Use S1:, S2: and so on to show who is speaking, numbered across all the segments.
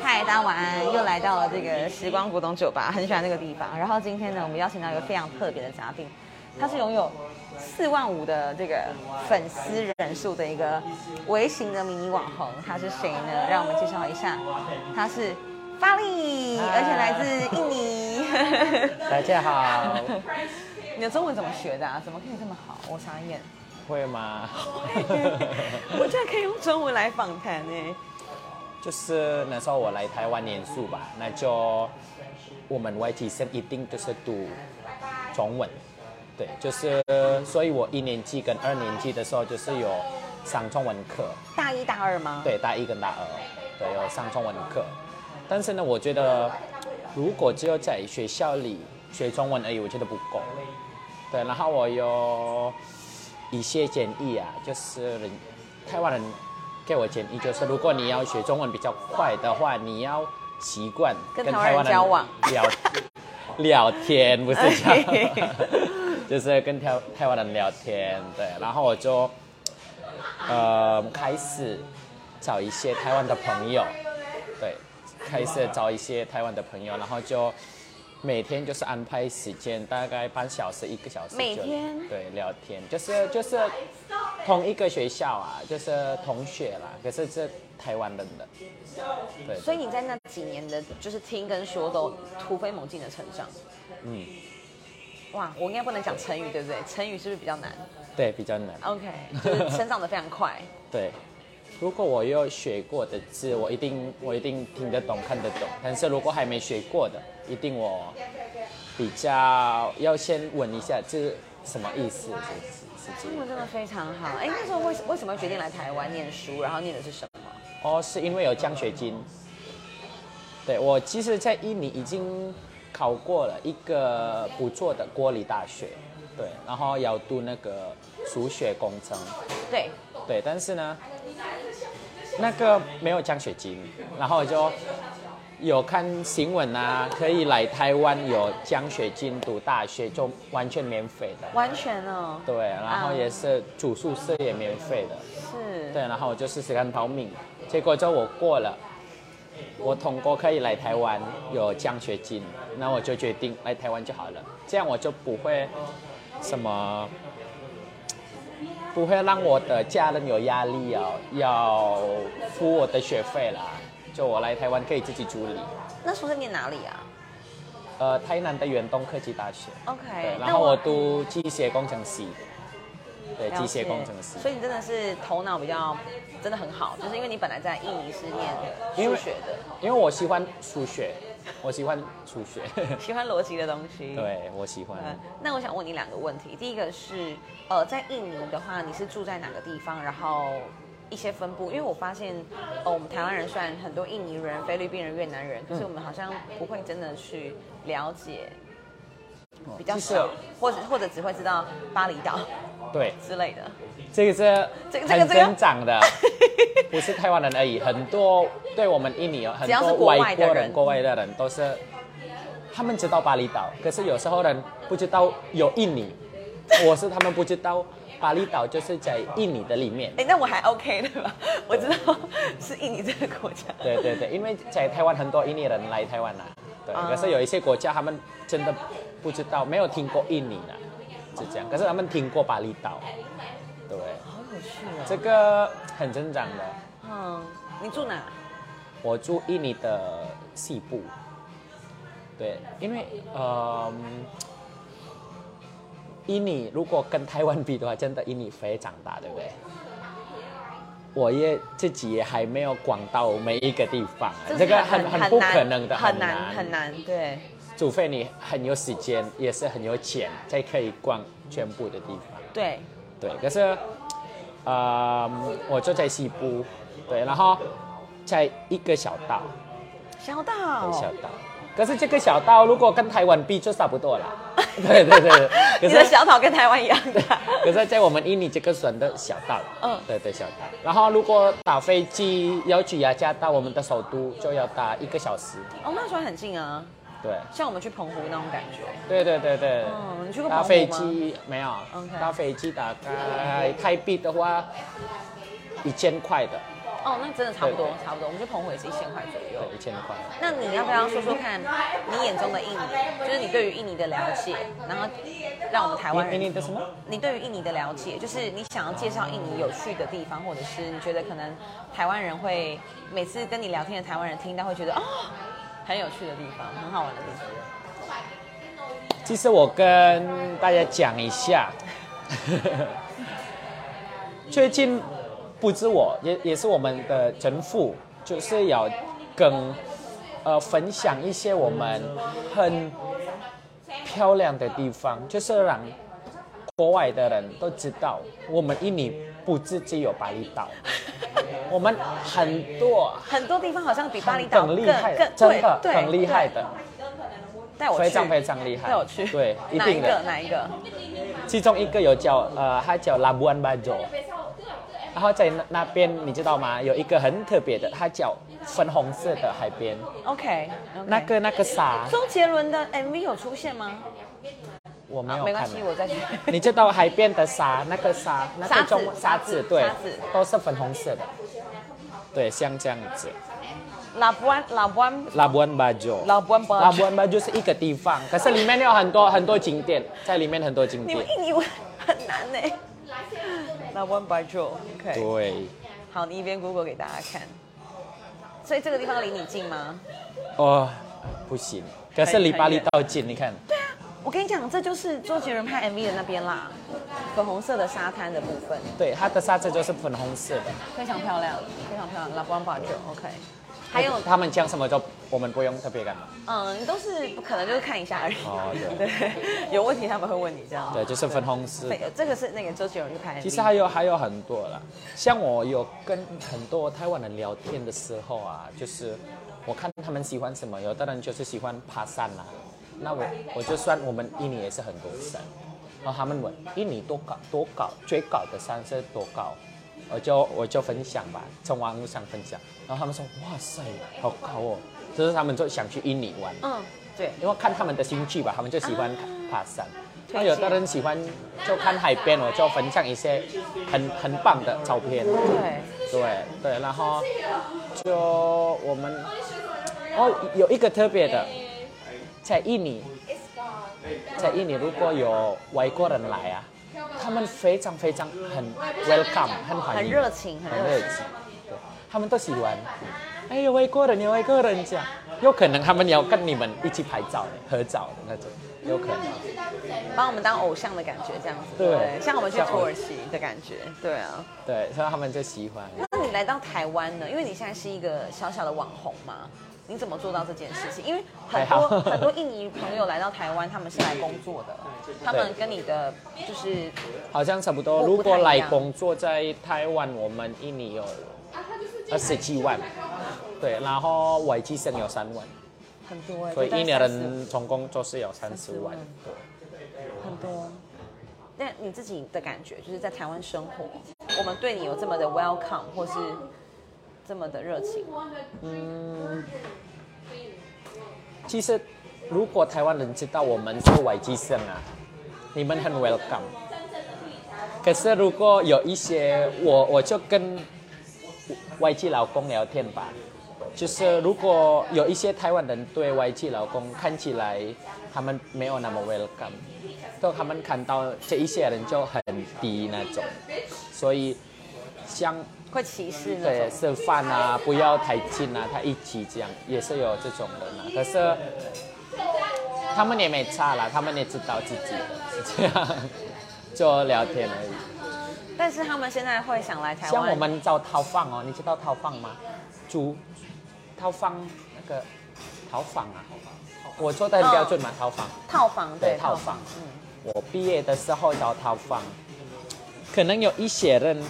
S1: 嗨，大家晚安！又来到了这个时光古董酒吧，很喜欢这个地方。然后今天呢，我们邀请到一个非常特别的嘉宾，他是拥有四万五的这个粉丝人数的一个微型的迷你网红，他是谁呢？让我们介绍一下，他是发力，
S2: 嗨
S1: 而且来自印尼。
S2: 大家好，
S1: 你的中文怎么学的啊？怎么可以这么好？我傻眼。
S2: 会吗？
S1: 我居然可以用中文来访谈哎！
S2: 就是那时候我来台湾念书吧，那就我们 YT 生一定就是读中文，对，就是所以我一年级跟二年级的时候就是有上中文课，
S1: 大一大二吗？
S2: 对，大一跟大二，对，有上中文课。但是呢，我觉得如果只有在学校里学中文而已，我觉得不够。对，然后我有一些建议啊，就是人台湾人给我建议，啊就是如果你要学中文比较快的话，你要习惯
S1: 跟台湾人交往
S2: 聊聊天，不是 交
S1: 哎
S2: 往， 就是跟台台湾人聊天。对，然后我就。呃，开始找一些台湾的朋友，对，开始找一些台湾的朋友，然后就每天就是安排时间，大概半小时、一个小时就，
S1: 每天
S2: 对聊天，就是就是同一个学校啊，就是同学啦，可是这台湾人的，对，
S1: 所以你在那几年的，就是听跟说都突飞猛进的成长。
S2: 嗯，
S1: 哇，我应该不能讲成语，对不对？成语是不是比较难
S2: 对比较难，
S1: ？OK，就是成长的非常 快。
S2: 对。如果我有学过的字，我一定我一定听得懂、看得懂。但是如果还没学过的，一定我比较要先问一下这什么意思，是是是
S1: 中文真的非常好。哎，那时候为为什么决定来台湾念书？然后念的是什么？
S2: 哦，是因为有奖学金。对我其实，在印尼已经考过了一个不错的国立大学，对，然后要读那个数学工程，
S1: 对，
S2: 对，但是呢，那个没有奖学金，然后我就有看新闻啊，可以来台湾有奖学金读大学，就完全免费的。
S1: 完全哦，
S2: 对，然后也是住宿舍也免费的。
S1: 是。
S2: 对，然后我就试试看报名，结果就我过了，我通过可以来台湾有奖学金，那我就决定来台湾就好了，这样我就不会什么，不会让我的家人有压力哦，要付我的学费啦。就我来台湾可以自己处理，
S1: 那时候在念哪里啊
S2: 呃，台南的远东科技大学，对
S1: ？OK，，
S2: 然后我读机械工程系，对，
S1: 了
S2: 机
S1: 解
S2: 械工程系。
S1: 所以你真的是头脑比较真的很好，就是因为你本来在印尼是念
S2: 因
S1: 数
S2: 为
S1: 学的，
S2: 因为我喜欢数学，我喜欢数学，
S1: 喜欢逻辑的东西。。
S2: 对我喜欢。
S1: 呃，那我想问你两个问题。第一个是，呃，在印尼的话，你是住在哪个地方？然后一些分布，因为我发现，呃，我们台湾人虽然很多印尼人、菲律宾人、越南人，可是我们好像不会真的去了解，比较
S2: 其实
S1: 少，或者或者只会知道巴厘岛
S2: 对，
S1: 之类的。
S2: 这个是
S1: 这个这个
S2: 很
S1: 这个
S2: 增 长的，不是台湾人而已，很多对我们印尼哦有很
S1: 只要是
S2: 多
S1: 国外
S2: 外国
S1: 的人
S2: 人、国外的人都是，他们知道巴厘岛，可是有时候人不知道有印尼，我是他们不知道巴厘岛就是在印尼的里面。
S1: 哎，那我还 OK 对吧？我知道是印尼这个国家。
S2: 对对对，因为在台湾很多印尼人来台湾啦、对，
S1: 啊
S2: 可是有一些国家他们真的不知道，没有听过印尼啦，是这样。可是他们听过巴厘岛，对，
S1: 好有趣哦。
S2: 这个很正常的。
S1: 嗯，你住哪？
S2: 我住印尼的西部，对，因为呃，印尼如果跟台湾比的话，真的印尼非常大，对不对？我也自己也还没有逛到每一个地方，啊这个很很不可能的，
S1: 很难
S2: 难，
S1: 很难。对，
S2: 除非你很有时间，也是很有钱，才可以逛全部的地方。
S1: 对，
S2: 对，可是，呃，我就在西部，对，然后在一个小岛，
S1: 小岛。
S2: 小道。可是这个小道如果跟台湾比就差不多了， 对对对对。可
S1: 你的
S2: 是
S1: 小岛跟台湾一样大，
S2: 可是在我们印尼这个省的小道，
S1: 嗯
S2: 嗯，对对小道。然后如果打飞机要去雅加达，我们的首都就要打一个小时，
S1: 哦，那时候很近啊，
S2: 对。
S1: 像我们去澎湖那种感觉。
S2: 对对对对，
S1: 嗯你去过
S2: 搭
S1: 澎湖
S2: 飞
S1: 吗
S2: 机没有
S1: OK
S2: 搭飞机大概台币的话一千块的，
S1: 哦，那真的差不多
S2: 对，对
S1: 差不多，我们去澎湖也是一千块左右
S2: 对，。一千块。
S1: 那你要不要说说看，你眼中的印尼，就是你对于印尼的了解，然后让我们台湾
S2: 印
S1: 人
S2: 尼的什么？
S1: 你对于印尼的了解，就是你想要介绍印尼有趣的地方，或者是你觉得可能台湾人会每次跟你聊天的台湾人听到会觉得啊、很有趣的地方，很好玩的地方。
S2: 其实我跟大家讲一下， 最近不止我，也也是我们的政府，就是要跟呃分享一些我们很漂亮的地方，就是让国外的人都知道，我们印尼不只只有巴厘 岛，我们很多
S1: 很多地方好像比巴厘岛
S2: 很
S1: 更
S2: 厉害的
S1: 更，
S2: 真的
S1: 对
S2: 很厉害，
S1: 对
S2: 的，
S1: 对带我去，
S2: 非常非常厉害，
S1: 带我去，
S2: 对，一
S1: 哪一
S2: 定的
S1: 个。哪一个？
S2: 其中一个有叫呃，它叫 Labuan Bajo，然后在那那边你知道吗？有一个很特别的，它叫粉红色的海边，
S1: OK，, o k
S2: 那个那个沙
S1: 周杰伦的 MV 有出现吗？
S2: 我没
S1: 啊
S2: 有
S1: 没关
S2: 看
S1: 系，。我再去。
S2: 你知道海边的沙，那个沙，那
S1: 沙
S2: 个
S1: 子
S2: 中沙
S1: 沙
S2: 子
S1: 子，
S2: 对
S1: 沙子，
S2: 都是粉红色的，对，像这样子。
S1: 拉布安，拉布安，
S2: Labuan Bajo，
S1: Labuan Bajo
S2: Labuan Bajo 是一个地方，可是里面有很多很多景点，在里面很多景
S1: 你
S2: 点
S1: 们。印尼文很难 呢、拉布安白昼，OK。
S2: 对，
S1: 好，你一边 Google 给大家看。所以这个地方离你近吗？
S2: 哦，不行，可是
S1: 很
S2: 离巴厘
S1: 很远
S2: 岛近，你看。
S1: 我跟你讲，这就是周杰伦拍 MV 的那边啦，粉红色的沙滩的部分，
S2: 对，它的沙子就是粉红色的。
S1: 非常漂亮，非常漂亮。拉布安白昼，OK。还有，
S2: 他们讲什么都我们不用特别干嘛。
S1: 嗯，都是可能就是看一下而已。
S2: 哦对
S1: 对，有问题他们会问你这样。
S2: 对，就是粉红
S1: 哦
S2: 色
S1: 对。，这个是那个周杰伦去拍 MV。
S2: 其实还有还有很多啦，像我有跟很多台湾人聊天的时候啊，就是我看他们喜欢什么，有的人就是喜欢爬山啦、那我我就算我们印尼也是很多山，然后他们问印尼多高多高最高的山是多高，我就我就分享吧，从网络上分享，然后他们说哇塞好高哦，就是他们就想去印尼玩。
S1: 嗯，对，
S2: 因为看他们的兴趣吧，他们就喜欢爬山。
S1: 推
S2: 那
S1: 荐
S2: 有的人喜欢就看海边，我就分享一些很很棒的照片。
S1: 对，
S2: 对对，然后就我们哦有一个特别的，在印尼，在印尼如果有外国人来啊，他们非常非常很 welcome，很欢
S1: 很
S2: 迎，
S1: 热情，很
S2: 很
S1: 热
S2: 热
S1: 情。
S2: 情，对，他们都喜欢。哎，有外国人，有外国人这样，有可能他们要跟你们一起拍照、合照的那种，有可能。
S1: 把我们当偶像的感觉，这样子，
S2: 对
S1: 像我们去土耳其的感觉，对啊。
S2: 对，所以他们就喜欢。
S1: 那你来到台湾呢？因为你现在是一个小小的网红嘛，你怎么做到这件事情？因为很
S2: 还好
S1: 多 很多印尼朋友来到台湾，他们是来工作的，他们跟你的就是
S2: 好像差不多。
S1: 不
S2: 如果
S1: 不太一
S2: 来
S1: 样
S2: 工作在台湾，我们印尼有二十七万，对，然后外籍生有三万，
S1: 很多、欸，
S2: 所以
S1: 就大概
S2: 印尼
S1: 30
S2: 人总共就是有三十
S1: 30
S2: 万
S1: 万。很多。那你自己的感觉，就是在台湾生活，我们对你有这么的 welcome，或是这么的热情，
S2: 其实，如果台湾人知道我们是外籍生啊，你们很 welcome。可是如果有一些我我就跟外籍老公聊天吧，就是如果有一些台湾人对外籍老公看起来他们没有那么 welcome，就他们看到这一些人就很低那种，所以像
S1: 会歧视那
S2: 对
S1: 种。
S2: 吃饭啊，不要太近啊，他一起这样也是有这种人啊。可是他们也没差啦，他们也知道自己的是这样，就聊天而已。
S1: 但是他们现在会想来台湾，
S2: 像我们找逃放哦，你知道逃放吗？猪，逃放那个逃放啊，我做的很标准嘛，逃放。
S1: 套房，
S2: 对
S1: 对
S2: 套
S1: 套
S2: 房
S1: 房，
S2: 我毕业的时候找套房，可能有一些人，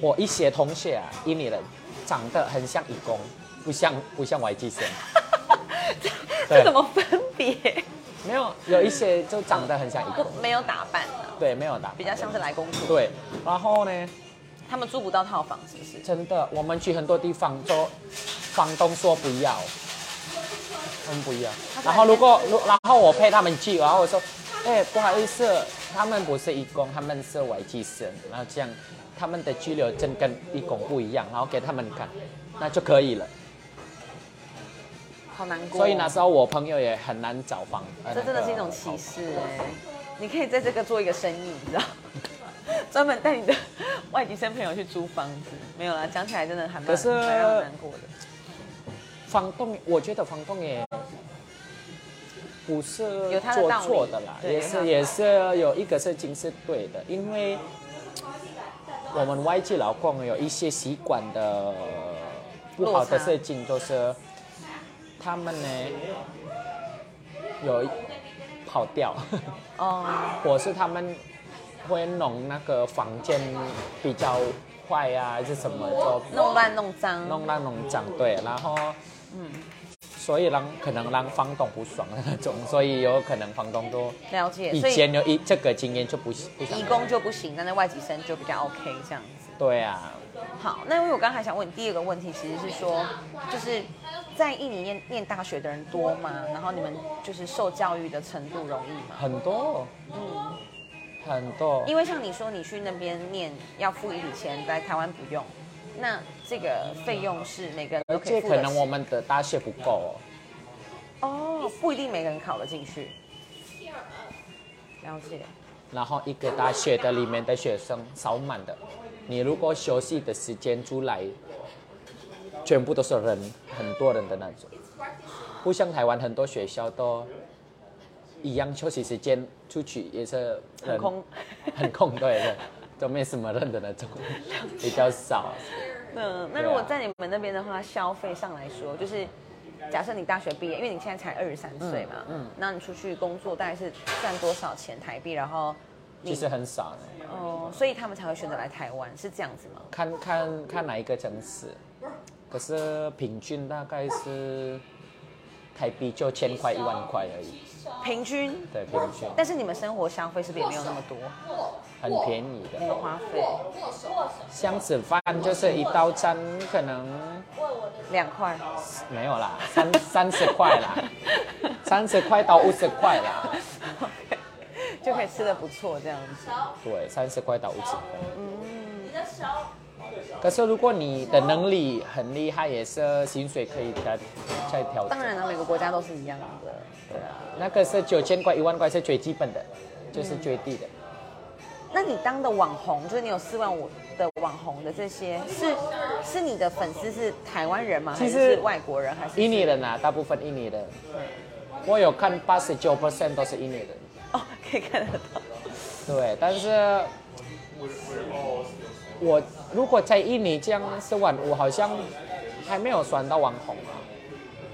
S2: 我一些同学啊，印尼人长得很像义工，不像不像外 籍生，对
S1: 这怎么分别？
S2: 没有有一些就长得很像义
S1: 不
S2: 工，
S1: 没有打扮啊，
S2: 对，没有打扮，
S1: 比较像是来工作。
S2: 对，然后呢，
S1: 他们租不到套房，是不是？
S2: 真的，我们去很多地方都，房东说不要，他们不要。然后如果如然后我陪他们去，然后我说，哎、不好意思，他们不是义工，他们是外籍生，然后这样他们的拘留证跟义工不一样，然后给他们看，那就可以了。
S1: 好难过。哦
S2: 所以那时候我朋友也很难找房，呃
S1: 这真的是一种歧。视哎、你可以在这个做一个生意，你知道， 专门带你的 外籍生朋友去租房子。没有啦，讲起来真的还蛮
S2: 可是
S1: 蛮让人难过的。
S2: 那个房东，我觉得房东也不是
S1: 有他的
S2: 做
S1: 道理
S2: 错的啦，
S1: 对
S2: 也
S1: 有他的道
S2: 是
S1: 理
S2: 也是有一个事情是对的，因为我们外籍劳工有一些习惯的不好的事情，就是他们呢有跑掉。
S1: 哦，
S2: 我是他们会弄那个房间比较坏啊，还是什么就
S1: 弄乱弄脏，
S2: 弄那种脏对，然后
S1: 嗯，
S2: 所以让可能让房东不爽的那种，所以有可能房东都
S1: 了解。
S2: 以
S1: 所以
S2: 前有一这个经验就不喜不想
S1: 义工就不行，但是外籍生就比较 OK 这样子。
S2: 对啊，
S1: 好，那因为我刚才想问你第二个问题，其实是说，就是在印尼念念大学的人多吗？然后你们就是受教育的程度容易吗？
S2: 很多
S1: 嗯，
S2: 很多，
S1: 因为像你说你去那边念要付一笔钱，在台湾不用，那这个费用是每个人都
S2: 而
S1: 可以
S2: 且
S1: 付
S2: 可
S1: 得
S2: 能
S1: 起
S2: 我们的大学不够、哦，
S1: 哦，不一定每个人考得进去。了解，
S2: 然后一个大学的里面的学生少满的，你如果休息的时间出来，全部都是人，很多人的那种，不像台湾很多学校都一样休息时间出去也是
S1: 很
S2: 人
S1: 空，
S2: 很空对的，都没什么人的那种，比较少。
S1: 嗯，那如
S2: 啊
S1: 果在你们那边的话，消费上来说，就是假设你大学毕业，因为你现在才二十三岁嘛，嗯，那你出去工作大概是赚多少钱台币？然后
S2: 其
S1: 你
S2: 实很少的，
S1: 哦，所以他们才会选择来台湾，是这样子吗？
S2: 看看看哪一个城市，可是平均大概是台币就千块一万块而已，
S1: 平均，
S2: 对，平均。
S1: 但是你们生活消费是不是也没有那么多？
S2: 很便宜
S1: 没
S2: 的。
S1: 有花费
S2: 像吃饭就是一道餐可能
S1: 两块，
S2: 没有啦，三 三十块啦， 三十块到五十块啦，
S1: 就可以吃的不错这样子。
S2: 对，三十块到五十块。
S1: 嗯
S2: 可是如果你的能力很厉害，也是薪水可以再再调整
S1: 当。然了，每个国家都是一样的。
S2: 对啊，那个是九千块、一万块是最基本的，就是最低的。
S1: 嗯那你当的网红，就是你有四万五的网红的这些，是是你的粉丝是台湾人吗？还
S2: 其
S1: 是
S2: 实
S1: 是外国人？还是
S2: 印尼人啊，大部分印尼人，我有看八十九 percent 都是印尼人。
S1: 哦，可以看得到。
S2: 对，但是我如果在印尼这样四万五，好像还没有算到网红啊。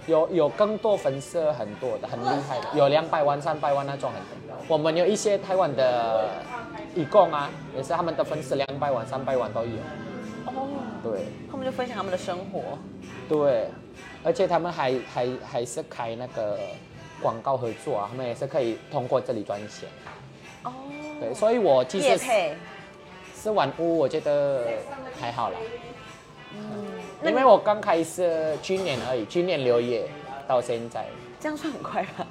S2: 有有更多粉丝很多的，很厉害的，有两百万、三百万那种很多。我们有一些台湾的义工啊，也是他们的粉丝两百万、三百万都有。
S1: 哦，
S2: 对
S1: 他们就分享他们的生活。
S2: 对，而且他们还还还是开那个广告合作啊，他们也是可以通过这里赚钱。
S1: 哦，
S2: 对，所以我其
S1: 叶
S2: 实
S1: 配。
S2: 四万五，我觉得还好啦。
S1: 嗯
S2: 因为我刚开始去年而已，去年六月到现在，
S1: 这样算很快吧？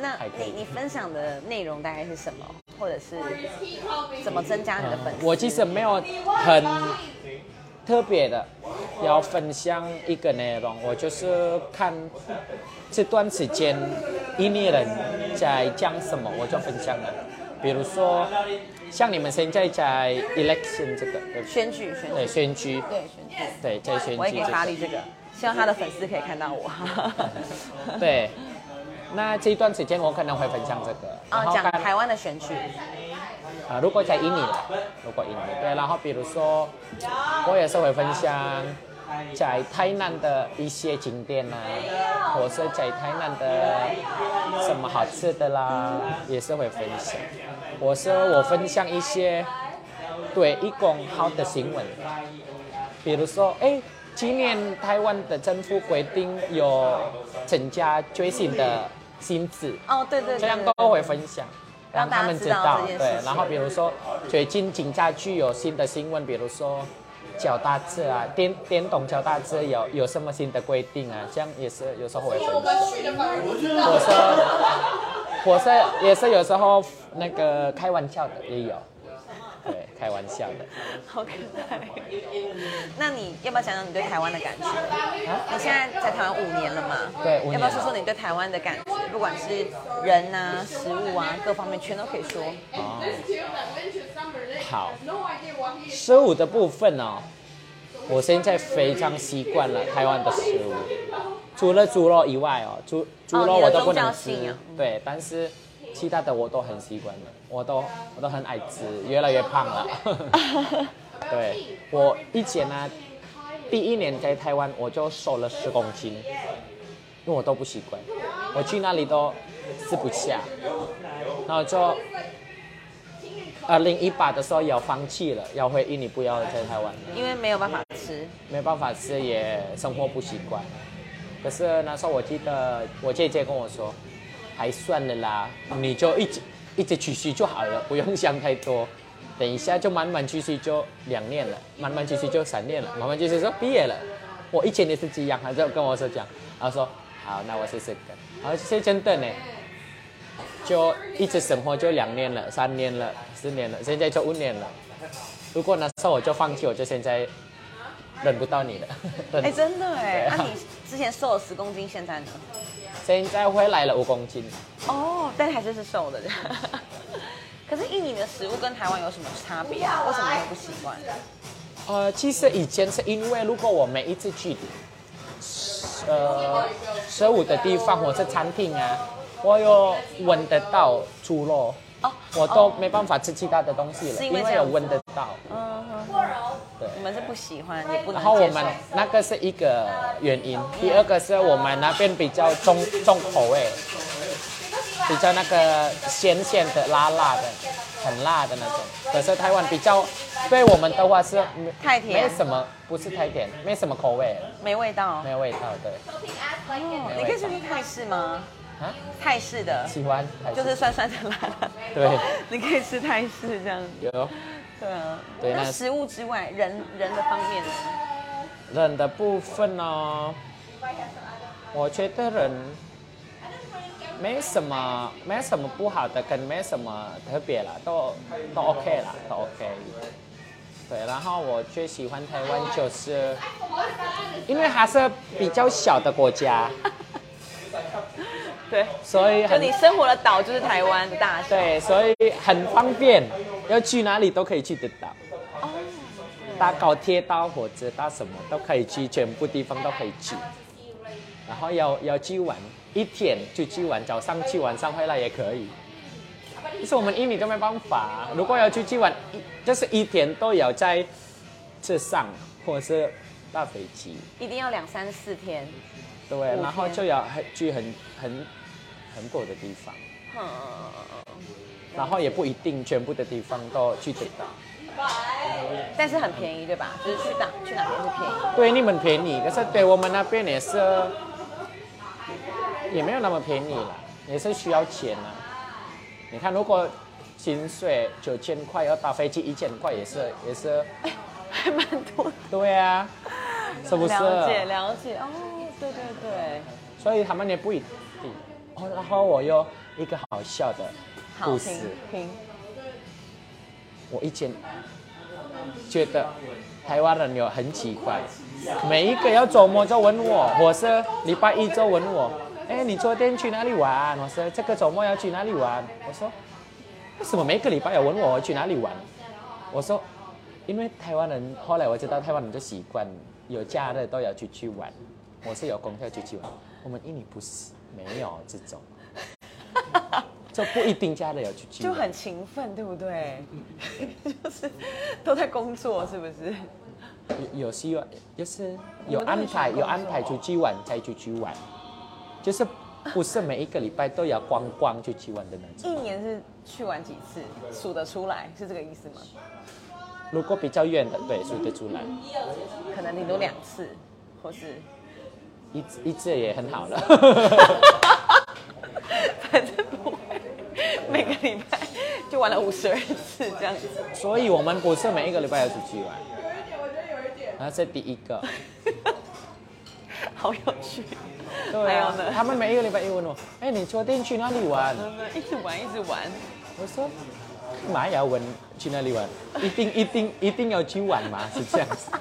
S1: 那
S2: 啊还可以
S1: 你你分享的内容大概是什么，或者是怎么增加你的粉丝？
S2: 我其实没有很特别的要分享一个内容，我就是看这段时间印尼人在讲什么，我就分享了。比如说，像你们现在在 election 这个，对不对
S1: 选举选
S2: 对
S1: 举
S2: 选举，
S1: 对选举，
S2: 对在选
S1: 我也
S2: 举
S1: 给
S2: 这
S1: 哈
S2: 个。
S1: 利这个，希望他的粉丝可以看到我。 哦
S2: 对，那这一段时间我可能会分享这个，然
S1: 啊，
S2: 后
S1: 讲
S2: 看
S1: 台湾的选举，
S2: 啊，如果在印尼啦，如果印尼对，然后比如说我也是会分享在台南的一些景点啊，或是在台南的什么好吃的啦，也是会分享。我是我分享一些对义工好的新闻，比如说哎。今年台湾的政府规定有增加追星的薪资，
S1: 哦，对对对，
S2: 这样
S1: 对
S2: 都会分享，
S1: 让
S2: 让
S1: 大家
S2: 他们知
S1: 知道
S2: 道
S1: 这。件事
S2: 对，
S1: 情
S2: 然后比如说最近警察局有新的新闻，比如说脚踏车啊，电电动脚踏车有有什么新的规定啊？这样也是有时候会分享。 我说，我是也是有时候那个开玩笑的也有，对，开玩笑的。
S1: 好可爱。那你要不要讲讲你对台湾的感觉？你现在在台湾五年了嘛？
S2: 啊对五
S1: 要不要
S2: 年
S1: 说
S2: 了
S1: 说你对台湾的感觉？不管是人啊、食物啊，各方面全都可以说。
S2: 哦，好，食物的部分呢、我现在非常习惯了台湾的食物，除了猪肉以外哦，猪猪肉我都不能吃，
S1: 你的宗教信仰
S2: 对，但是其他的我都很习惯了，我都我都很爱吃，越来越胖了。 对我以前呢、第一年在台湾我就瘦了十公斤，因为我都不习惯，我去那里都吃不下，然后就二零一八的时候要放弃了，要回印尼，不要在台湾了。
S1: 因为没有办法吃，
S2: 没办法吃，也生活不习惯。可是那时候我记得我姐姐跟我说，还算了啦，你就一直一直继续就好了，不用想太多。等一下就慢慢继续，就两年了，慢慢继续就三年了，慢慢继续就毕业了。我以前也是这样，他就跟我说讲，然后说好，那我试试看。然后是真的呢，就一直生活就两年了、三年了、四年了，现在就五年了。如果那时候我就放弃，我就现在轮不到你了。
S1: 哎、真的哎、
S2: 对啊
S1: 那、你之前瘦了十公斤，现在呢？
S2: 现在回来了五公斤，
S1: 哦，但还是是瘦的。 可是印尼的食物跟台湾有什么差别啊？为什么你不习惯？
S2: 呃，其实以前是因为如果我每一次去，呃，十五的地方或是餐厅啊，我有闻得到猪肉，
S1: 哦，
S2: 我都
S1: 哦
S2: 没办法吃其他的东西了，
S1: 是因
S2: 因
S1: 为
S2: 为
S1: 这样
S2: 有
S1: 子
S2: 闻得到。
S1: 嗯哼，
S2: 对
S1: 你们是不喜欢，也不能
S2: 然后我
S1: 接
S2: 们
S1: 受。
S2: 那个是一个原因，第二个是我们那边比较重重口味，比较那个咸咸的、辣辣的、很辣的那种。可是台湾比较对我们的话是没
S1: 太甜
S2: 没什么，不是太甜，没什么口味，
S1: 没味道。
S2: 没有味道，对。
S1: 哦你可以去吃泰式吗？
S2: 啊，
S1: 泰式的，
S2: 喜欢还
S1: 就是酸酸的辣辣。
S2: 对，
S1: 你可以吃泰式这样子。
S2: 有
S1: 对啊。
S2: 对
S1: 那
S2: 那
S1: 食物之外，人人的方面呢？
S2: 人的部分呢、我觉得人没什么没什么不好的，跟没什么特别啦，都都 OK 啦，都 OK。对，然后我最喜欢台湾就是，因为它是比较小的国家，
S1: 对，
S2: 所以
S1: 就
S2: 很
S1: 你生活的岛就是台湾的大小。
S2: 对，所以很方便，要去哪里都可以去得到。搭高铁、搭火车、搭什么都可以去，全部地方都可以去。然后要要去玩，一天就去玩，早上去，晚上回来也可以。但是我们印尼都没办法，如果要出去玩，一就是一天都要在车上或者是搭飞机，
S1: 一定要两三四天。
S2: 对，然后就要很去很很很多的地方。
S1: 嗯，
S2: 然后也不一定全部的地方都去得到。
S1: 但是很便宜对吧？就是去哪去哪边是便宜。
S2: 对你们便宜，可是对我们那边也是，也没有那么便宜啦，也是需要钱啊。你看，如果薪水九千块，要搭飞机一千块，也是也是，
S1: 哎还蛮多的。
S2: 对啊，是不是？
S1: 了解了解哦，对对对，
S2: 所以他们也不一定。哦，然后我又一个好笑的
S1: 好
S2: 故
S1: 听
S2: 事。嗯
S1: 听，
S2: 我以前觉得台湾人有很奇怪，每一个要周末就问我，或是礼拜一就问我，哎，你昨天去哪里玩？我说这个周末要去哪里玩？我说为什么每个礼拜要问我去哪里玩？我说因为台湾人后来我知道台湾人就习惯有假日都要出去玩，我是有功课出去玩，我们印尼不是没有这种，就不一定假日要出去
S1: 就
S2: 玩。
S1: 很勤奋，对不对？
S2: 嗯
S1: 就是都在工作，是不是？
S2: 有有希望，就是有安排，有安排出去玩才出去玩，就是不是每一个礼拜都要光光出去玩的那种。
S1: 一年是去玩几次，数得出来，是这个意思吗？
S2: 如果比较远的，对，数得出来，
S1: 可能顶多两次，或是
S2: 一次一次也很好了。
S1: 反正不会每个礼拜就玩了五十二次这样子。
S2: 所以我们不是每一个礼拜要出去玩。然后这第一个，
S1: 好有趣，
S2: 对
S1: 还有
S2: 啊
S1: 呢，
S2: 他们每一个礼拜一问我，哎，你昨天去哪里玩？
S1: 我们一直玩一直玩，
S2: 我说嘛要玩去那里玩？一定一定一定要去玩嘛？是这样子。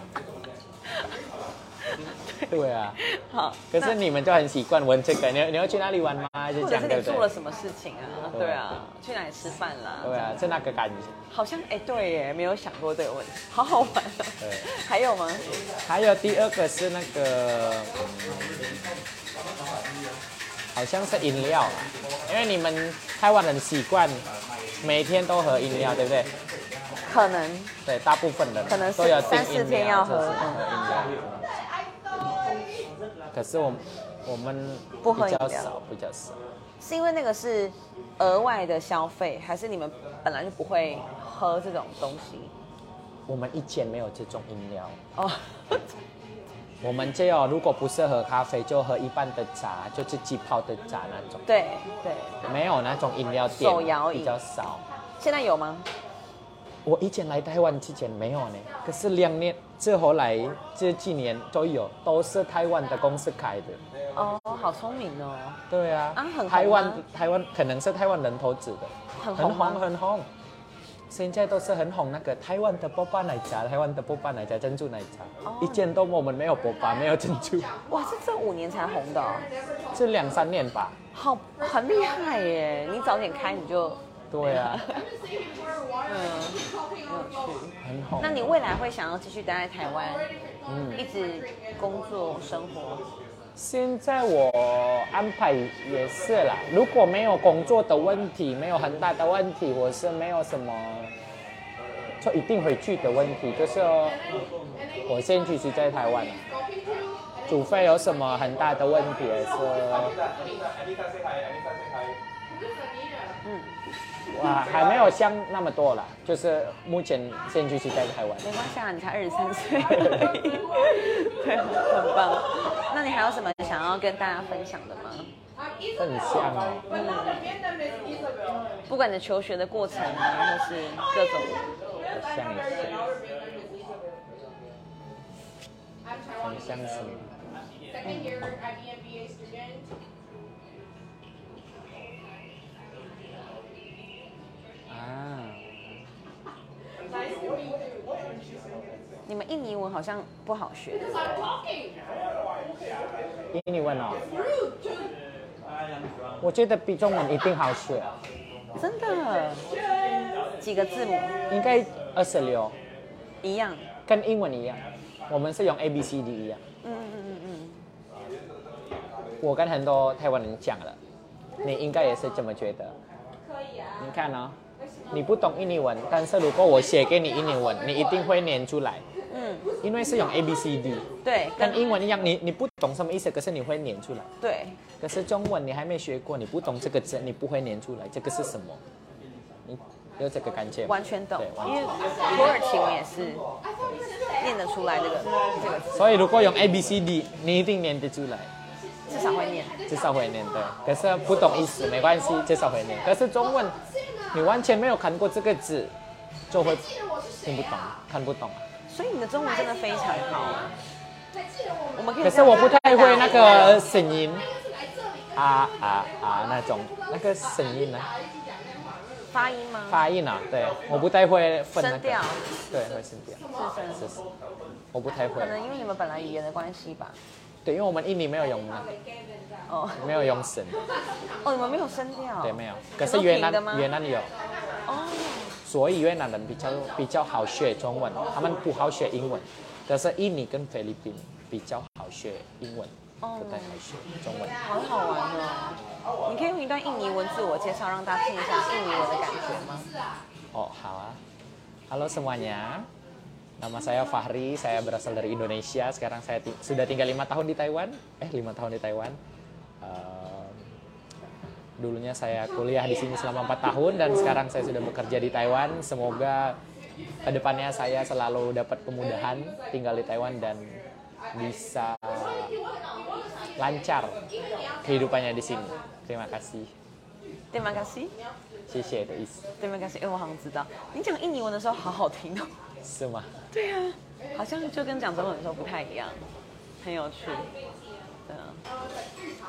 S2: 对啊，
S1: 好，
S2: 可是你们就很习惯问这个，你要你要去哪里玩吗？就
S1: 或
S2: 这
S1: 者
S2: 样
S1: 是
S2: 对
S1: 你
S2: 不
S1: 做了
S2: 对？
S1: 什么事情啊？
S2: 对
S1: 对啊，去哪里吃饭啦？
S2: 对啊，是那个感觉。
S1: 好像哎，对耶，没有想过这个问题，好好玩啊
S2: 对。
S1: 还有吗？
S2: 还有第二个是那个，嗯好像是饮料啦，因为你们台湾人习惯每天都喝饮料，对不对？
S1: 可能
S2: 对，大部分人
S1: 可能是
S2: 都有订
S1: 三四
S2: 饮
S1: 天
S2: 料
S1: 要
S2: 这
S1: 喝
S2: 是饮料。可是我我们
S1: 不喝
S2: 比较
S1: 饮料
S2: 少，比较少。
S1: 是因为那个是额外的消费，还是你们本来就不会喝这种东西？
S2: 我们以前没有这种饮料，
S1: 哦，
S2: 我们就有如果不是喝咖啡，就喝一般的茶，就自己泡的茶那种，
S1: 对对，
S2: 没有那种饮料店
S1: 手摇饮
S2: 比较少。
S1: 现在有吗？
S2: 我以前来台湾之前没有呢，可是两年之后来这几年都有，都是台湾的公司开的。
S1: 哦，好聪明哦，
S2: 对啊，
S1: 啊很红吗
S2: 台湾台湾可能是台湾人投资的，
S1: 很
S2: 很
S1: 红吗
S2: 红很红。现在都是很红那个台湾的波霸奶茶，台湾的波霸奶茶珍珠奶茶，
S1: 哦
S2: 以前都我们没有波霸，没有珍珠，
S1: 哇，是这五年才红的、哦，
S2: 这两三年吧。
S1: 好很厉害耶！你早点开你就
S2: 对啊，
S1: 嗯有趣。
S2: 很红。
S1: 那你未来会想要继续待在台湾，
S2: 嗯
S1: 一直工作生活？
S2: 现在我安排也是啦，如果没有工作的问题，没有很大的问题，我是没有什么就一定回去的问题，就是哦我先去是在台湾啦，除非有什么很大的问题，也是
S3: Um,
S1: 嗯，
S2: 哇还没有想那么多啦，就是目前先去是在台湾。
S1: 没关系啊，你才二十三岁而已，对，很棒。那你还有什么想要跟大家分享的吗？
S2: 分享啊，
S1: 不管你的求学的过程啊，或是各种，
S2: 我想一下，很像什么？
S3: Second year E IBMBA student.
S2: 啊，
S1: 你们印尼文好像不好学，
S2: 印尼文哦，我觉得比中文一定好学、
S1: 真的，几个字母
S2: 应该二十六，
S1: 一样，
S2: 跟英文一样，我们是用 A B C D 一样。
S1: 嗯嗯嗯嗯
S2: 我跟很多台湾人讲了，你应该也是这么觉得。你看哦，你不懂印尼文，但是如果我写给你印尼文，你一定会念出来，
S1: 嗯
S2: 因为是用 A B C D，
S1: 嗯，对，
S2: 跟
S1: 跟
S2: 英文一样，你你不懂什么意思，可是你会念出来。
S1: 对，
S2: 可是中文你还没学过，你不懂这个字，你不会念出来，这个是什么？你有这个感觉吗？
S1: 完全懂
S2: 对，完
S1: 因
S2: 全
S1: 为土耳其文也是念得出来这个这个字，
S2: 所以如果用 A B C D，你一定念得出来，
S1: 至少会念。
S2: 至少会念对。可是不懂意思没关系，至少会念。可是中文，你完全没有看过这个字，就会听不懂，
S1: 哦
S2: 看不懂。
S1: 所以你的中文真的非常好啊！我们可以
S2: 可是我不太会那个声音，啊啊啊那种那个声音呢、
S1: 发音吗？
S2: 发音啊，对，我不太会分那
S1: 声
S2: 个
S1: 调，，
S2: 对，会声调，
S1: 是声，
S2: 啊是是，我不太会
S1: 可，能因为你们本来语言的关系吧。
S2: 对，因为我们印尼没有用那，
S1: 哦
S2: 没有用声，
S1: 哦，你们没有声调，
S2: 对，没有。可
S1: 们
S2: 是越
S1: 平
S2: 南
S1: 的吗
S2: 越南有。
S1: 哦，
S2: 所以越南人比较比较好学中文，他们不好学英文。但是印尼跟菲律宾比较好学英文，
S1: 哦
S2: 不太好学中文。
S1: 好好玩哦！你可以用一段印尼文自我介绍，让大家听一下印尼文的感觉吗？
S2: Oh, halo. Halo semuanya. Nama saya Fahri, saya berasal dari Indonesia. Sekarang saya ti- sudah tinggal lima tahun di Taiwan. Eh, lima tahun di Taiwan. Ehm, dulunya saya kuliah di sini selama empat tahun dan sekarang saya sudah bekerja di Taiwan. Semoga kedepannya saya selalu dapat kemudahan tinggal di Taiwan dan bisa lancar kehidupannya di sini. Terima kasih.
S1: 对吗，卡西？
S2: 谢谢的意思
S1: 对吗，卡西？哎，我好像知道，你讲印尼文的时候好好听哦。
S2: 是吗？
S1: 对啊，好像就跟讲中文的时候不太一样，很有趣。对啊，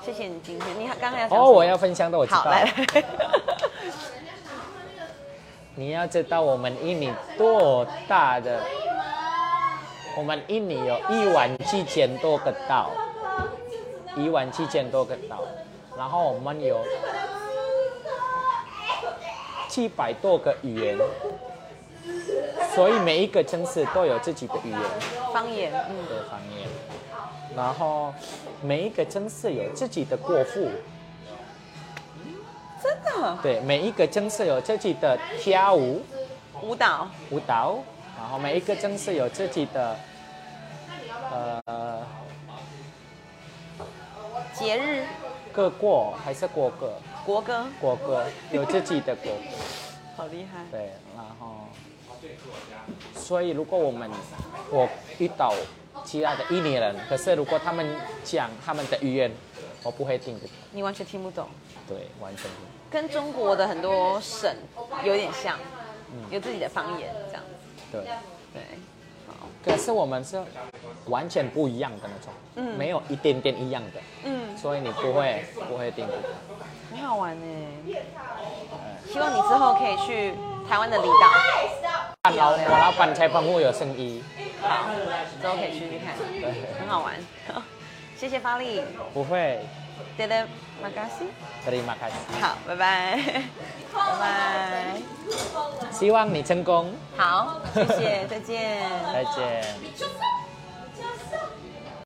S1: 谢谢你今
S2: Oh,
S1: 天，你还刚才要讲什
S2: 哦，
S1: 么
S2: 我要分享的我知道。
S1: 好来来，
S2: 你要知道我们印尼多大的，
S1: 哎
S2: 我们印尼有一万七千多个岛，一万七千多个岛，然后我们有七百多个语言，所以每一个城市都有自己的语言
S1: 方言，嗯，
S2: 的方言，然后每一个城市有自己的国父，
S1: 真的
S2: 对，每一个城市有自己的跳舞。
S1: 舞蹈，
S2: 舞蹈，然后每一个城市有自己的呃
S1: 节日，
S2: 各国还是国歌，
S1: 国歌，
S2: 国歌有自己的国歌，
S1: 好厉害，
S2: 对，然后所以如果我们我遇到其他的印尼人，可是如果他们讲他们的语言，我不会听得懂，
S1: 你完全听不懂，
S2: 对，完全不
S1: 跟中国的很多省有点像，有自己的方言这样子，
S2: 对。
S1: 对，好，
S2: 可是我们是完全不一样的那种，
S1: 嗯
S2: 没有一点点一样的，
S1: 嗯，
S2: 所以你不会不会听得懂。
S1: 很好玩呢，希望你之后可以去台湾的离岛，
S2: 看老我老板才帮我有生意，
S1: 好，之后可以去去看，很好玩， 谢谢发力，
S2: 不会，
S1: 对的，马嘎西，
S2: terima kasih。
S1: 好，拜拜，拜拜，
S2: 希望你成功，
S1: 好，谢谢，再见。
S2: 再见。
S3: Just